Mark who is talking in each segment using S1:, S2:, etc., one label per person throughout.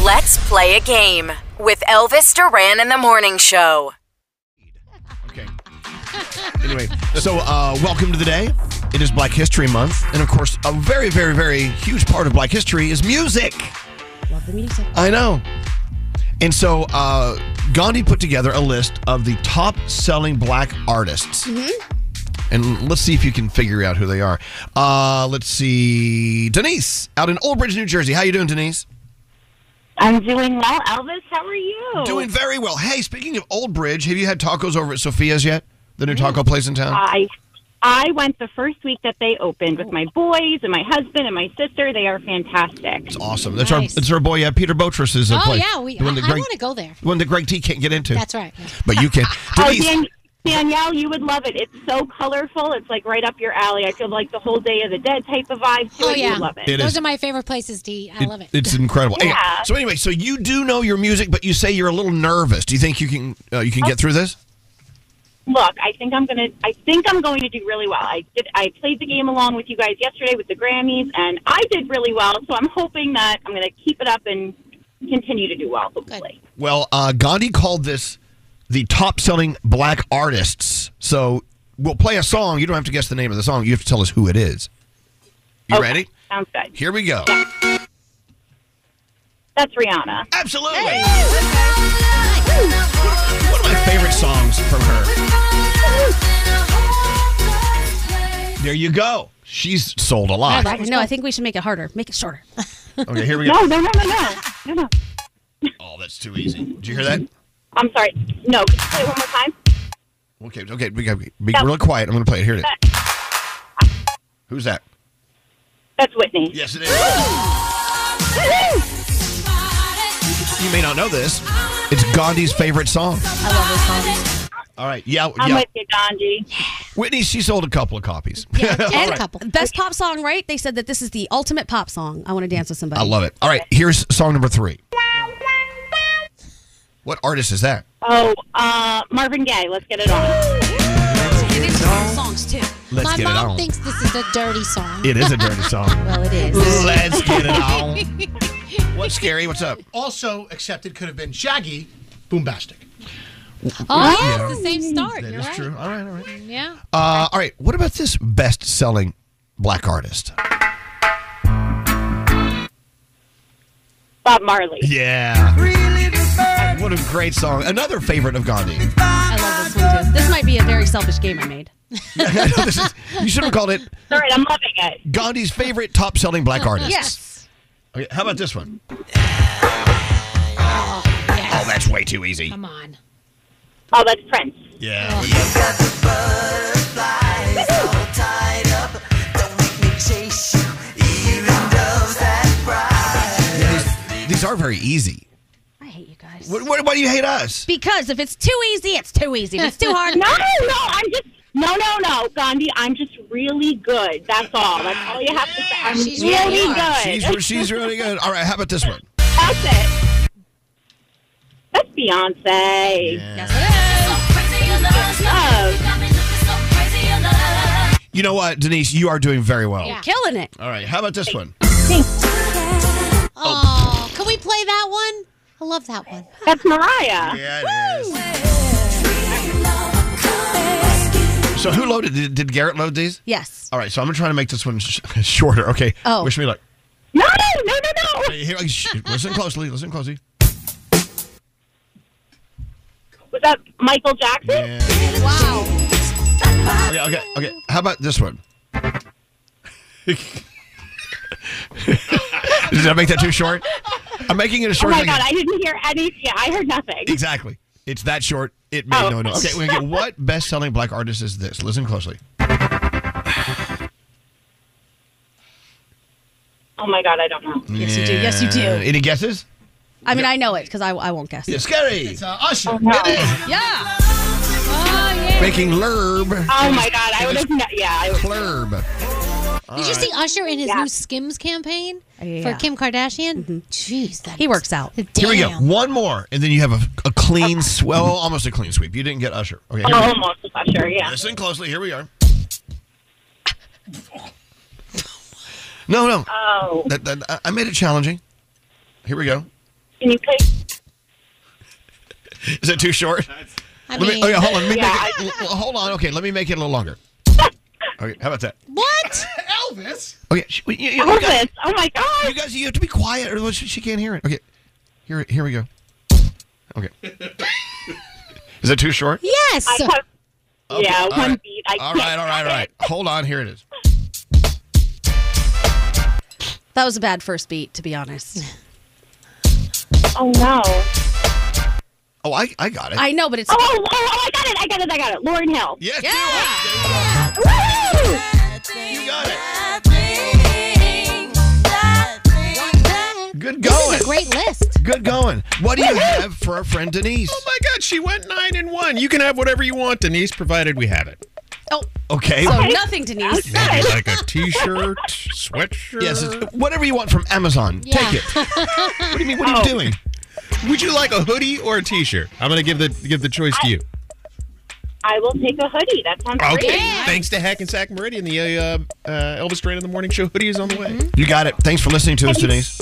S1: Let's play a game with Elvis Duran and the Morning Show.
S2: Anyway, so uh, welcome to the day. It is Black History Month, and of course, a very, very, very huge part of Black History is music.
S3: Love the music.
S2: I know. And so uh, Gandhi put together a list of the top-selling black artists.
S3: Mm-hmm.
S2: And let's see if you can figure out who they are. Uh, let's see, Denise out in Old Bridge, New Jersey. How you doing, Denise?
S3: I'm doing well. Elvis, how are you?
S2: Doing very well. Hey, speaking of Old Bridge, have you had tacos over at Sophia's yet? The new taco place in town.
S3: Mm-hmm. I I went the first week that they opened with my boys and my husband and my sister. They are fantastic.
S2: It's awesome. That's our that's our boy yeah, Peter Botrus's uh,
S4: Oh,
S2: place.
S4: yeah. We,
S2: The
S4: I,
S2: one that Greg-
S4: want to go there.
S2: the one that Greg T can't get into.
S4: That's right.
S2: But you can.
S3: Oh,
S2: Denise,
S3: Dan- Danielle, you would love it. It's so colorful. It's like right up your alley. I feel like the whole Day of the Dead type of vibe to
S4: Oh,
S3: it. You
S4: yeah.
S3: would love it.
S2: It
S4: Those
S2: is.
S4: are my favorite places to eat. I love it.
S2: It's incredible. Anyway,
S3: Yeah.
S2: so anyway, so you do know your music, but you say you're a little nervous. Do you think you can uh, you can
S4: Oh.
S2: get through this?
S3: Look, I think I'm gonna. I think I'm going to do really well. I did. I played the game along with you guys yesterday with the Grammys, and I did really well. So I'm hoping that I'm gonna keep it up and continue to do well. Hopefully.
S2: Well, uh, Gandhi called this the top selling black artists. So we'll play a song. You don't have to guess the name of the song. You have to tell us who it is. You
S3: Okay.
S2: ready?
S3: Sounds good.
S2: Here we go.
S3: That's Rihanna.
S2: Absolutely. One of my favorite songs from her. There you go. She's sold a lot.
S4: that was
S5: no, I
S4: good.
S5: think we should make it harder. Make it shorter.
S2: Okay, here we go.
S3: No, no, no, no, no, no, no.
S2: Oh, that's too easy. Did you hear that?
S3: I'm sorry. No, can you play it one more time.
S2: Okay, okay, be, be, be real quiet. I'm going to play it. Here it is. Who's that?
S3: That's Whitney.
S2: Yes, it is. You may not know this. It's Gandhi's favorite song.
S5: I love this song.
S2: All right, yeah,
S3: I'm
S2: yeah.
S3: with you, Donji.
S2: Whitney, she sold a couple of copies.
S4: And a couple.
S5: Best pop song, right? They said that this is the ultimate pop song. I want to dance with somebody.
S2: I love it. All right, here's song number three. What artist is that?
S3: Oh, uh, Marvin Gaye. Let's get it on.
S5: it. It's pop songs too.
S2: Let's
S4: my
S2: get it
S4: mom
S2: on.
S4: thinks this is a dirty song.
S2: it is a dirty song.
S5: Well, it is.
S2: Let's get it on. What's scary? What's up?
S6: Also accepted could have been Shaggy, Boombastic.
S4: Oh, yeah, it's the same start. You're right.
S2: All right, all right.
S4: Yeah.
S2: Uh, all right. What about this best-selling black artist?
S3: Bob Marley.
S2: Yeah. What a great song. Another favorite of Gandhi.
S5: I love this one too. This might be a very selfish game I made.
S2: This is- you should have called it
S3: All right, I'm loving it.
S2: Gandhi's favorite top selling black artists.
S3: Yes.
S2: Okay, how about this one? Oh, that's way too easy.
S4: Come on.
S3: Oh, that's Prince.
S2: Yeah. These, these are very easy.
S5: I hate you guys.
S2: What, what, why do you hate us?
S5: Because if it's too easy, it's too easy. If it's too hard,
S3: No, no, I'm just no, no, no, Gandhi. I'm just really good. That's all. That's all you have to say. I'm
S5: She's
S3: really
S5: really
S3: good.
S2: She's, she's really good. All right, how about this one?
S3: That's it. That's Beyonce. Oh,
S2: You know what, Denise? You are doing very well.
S5: you're killing it.
S2: All right, how about this one?
S4: Oh, can we play that one? I love that one.
S3: that's Mariah.
S2: Yeah, it is. So who loaded? Did, did Garrett load these?
S5: Yes.
S2: All right, so I'm trying to make this one sh- shorter. Okay.
S5: Oh.
S2: Wish me luck.
S3: No, no, no, no.
S2: Hey, here- shh, listen closely. Listen closely.
S3: Was that Michael Jackson?
S5: Wow.
S2: Okay, okay, okay. How about this one? Did I make that too short? I'm making it as
S3: Oh
S2: short
S3: my
S2: as I
S3: God,
S2: can.
S3: I didn't hear any. Yeah, I heard nothing.
S2: Exactly. It's that short. It made
S3: Oh.
S2: no noise. Okay, wait, okay, what best-selling black artist is this? Listen closely.
S3: Oh my God, I don't know.
S5: Yes, you do. Yes, you do.
S2: Uh, Any guesses?
S5: I mean, I know it because I, I won't guess. Oh,
S2: Yeah, scary.
S6: It's uh, Usher.
S3: No.
S5: Yeah. Oh,
S2: Making lurb.
S3: Oh my God, I would have. No, yeah, I would.
S2: Lurb.
S4: Did you see Usher in his
S3: Yeah.
S4: new Skims campaign for
S5: Uh, Yeah. Mm-hmm.
S4: Kim Kardashian? Jeez, that
S5: He works out.
S4: Damn.
S2: Here we go. One more, and then you have a, a clean sweep. Well, almost a clean sweep. You didn't get Usher. Okay. Here we go.
S3: Almost Usher. Yeah.
S2: Listen closely. Here we are. No, no.
S3: Oh,
S2: That, that, I- I made it challenging. Here we go.
S3: can you play?
S2: Is it too short?
S4: I
S2: Let
S4: mean,
S2: me, oh, okay, hold on. Let me
S3: Yeah,
S2: make it, l- l- hold on. Okay, let me make it a little longer. Okay, how about that?
S4: what?
S6: Elvis.
S2: Okay, sh- you, you- you guys,
S3: Elvis. Oh my
S2: you
S3: God.
S2: guys, you have to be quiet, or else she, she can't hear it. Okay, here, here we go. Okay, is it too short?
S4: Yes.
S3: I have.
S2: Okay,
S3: yeah,
S2: all
S3: one
S2: right.
S3: beat. I
S2: all
S3: can't
S2: right, all right, all right. Hold on. Here it is.
S5: That was a bad first beat, to be honest.
S3: Oh no.
S2: Oh, I, I got it.
S5: I know, but it's.
S3: Oh, oh, oh, I got it. I got it. I got it. Lauren Hill.
S2: yes,
S5: Yeah.
S3: Woo!
S2: you got it. Good
S4: this
S2: going.
S4: is a great list.
S2: Good going. What do you have for our friend Denise?
S7: Oh my God, she went nine and one. You can have whatever you want, Denise, provided we have it.
S5: Oh,
S2: Okay.
S5: so nothing, Denise.
S7: Maybe like a T-shirt, sweatshirt.
S2: Yes, it's whatever you want from Amazon. Take it. what do you mean? What are you doing?
S7: Oh. Would you like a hoodie or a T-shirt? I'm gonna give the give the choice to you.
S3: I will take a hoodie. That sounds
S7: Okay.
S3: great.
S7: Thanks to Hackensack Meridian, the uh, uh, Elvis Duran in the Morning Show hoodie is on the way.
S2: You got it. Thanks for listening to us, Denise.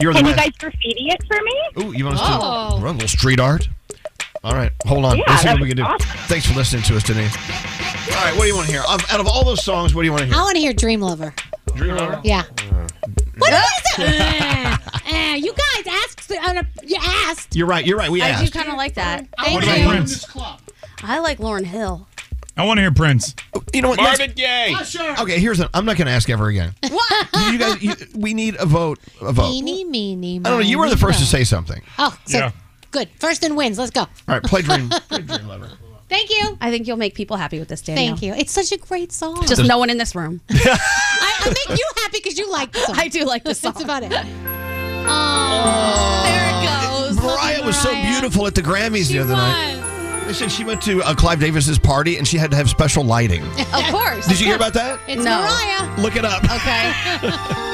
S2: You're the
S3: Can Mm-hmm. you
S2: best.
S3: guys graffiti it for me?
S2: Ooh, you want us to run a little street art? All right, hold on.
S3: Yeah,
S2: Let's see what
S3: that'd
S2: we can
S3: be
S2: do.
S3: awesome.
S2: Thanks for listening to us, Denise. All right, what do you want to hear? Of- Out of all those songs, what do you want to
S4: I
S2: hear?
S4: want to hear Dream Lover.
S2: Dream Lover?
S4: Yeah. What is it? Uh, uh, you guys asked. Uh, you asked.
S2: You're right. You're right. We
S5: I do
S2: asked.
S5: kind of like that.
S6: What
S4: Thank
S6: about
S4: you.
S6: Prince? Club.
S5: I like Lauren Hill.
S8: I want to hear Prince.
S2: You know what? let's-
S7: Marvin Gaye.
S6: Usher.
S2: Okay, here's an. I'm not going to ask ever again.
S5: What?
S2: You guys, you, we need a vote. A vote.
S4: Meeny, meeny,
S2: I don't know. You were the
S4: miny,
S2: first to
S4: mo.
S2: say something.
S4: Oh, so
S8: Yeah.
S4: good. First and wins. Let's go.
S2: All right, play Dream. play Dream Lover.
S4: Thank you.
S5: I think you'll make people happy with this, Danielle.
S4: Thank you. It's such a great song.
S5: Just no one in this room.
S4: I, I make you happy because you like the song.
S5: I do like this song.
S4: That's about it. Oh, there it goes.
S2: Mariah was so beautiful at the Grammys the other night.
S4: night.
S2: They said she went to uh, Clive Davis's party and she had to have special lighting.
S5: Of course.
S2: Did you hear about that?
S4: It's
S5: No.
S4: Mariah.
S2: Look it up.
S5: Okay.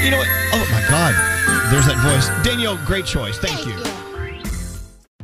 S2: You know what? Oh my God. There's that voice. Danielle, great choice. Thank, you.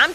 S9: I'm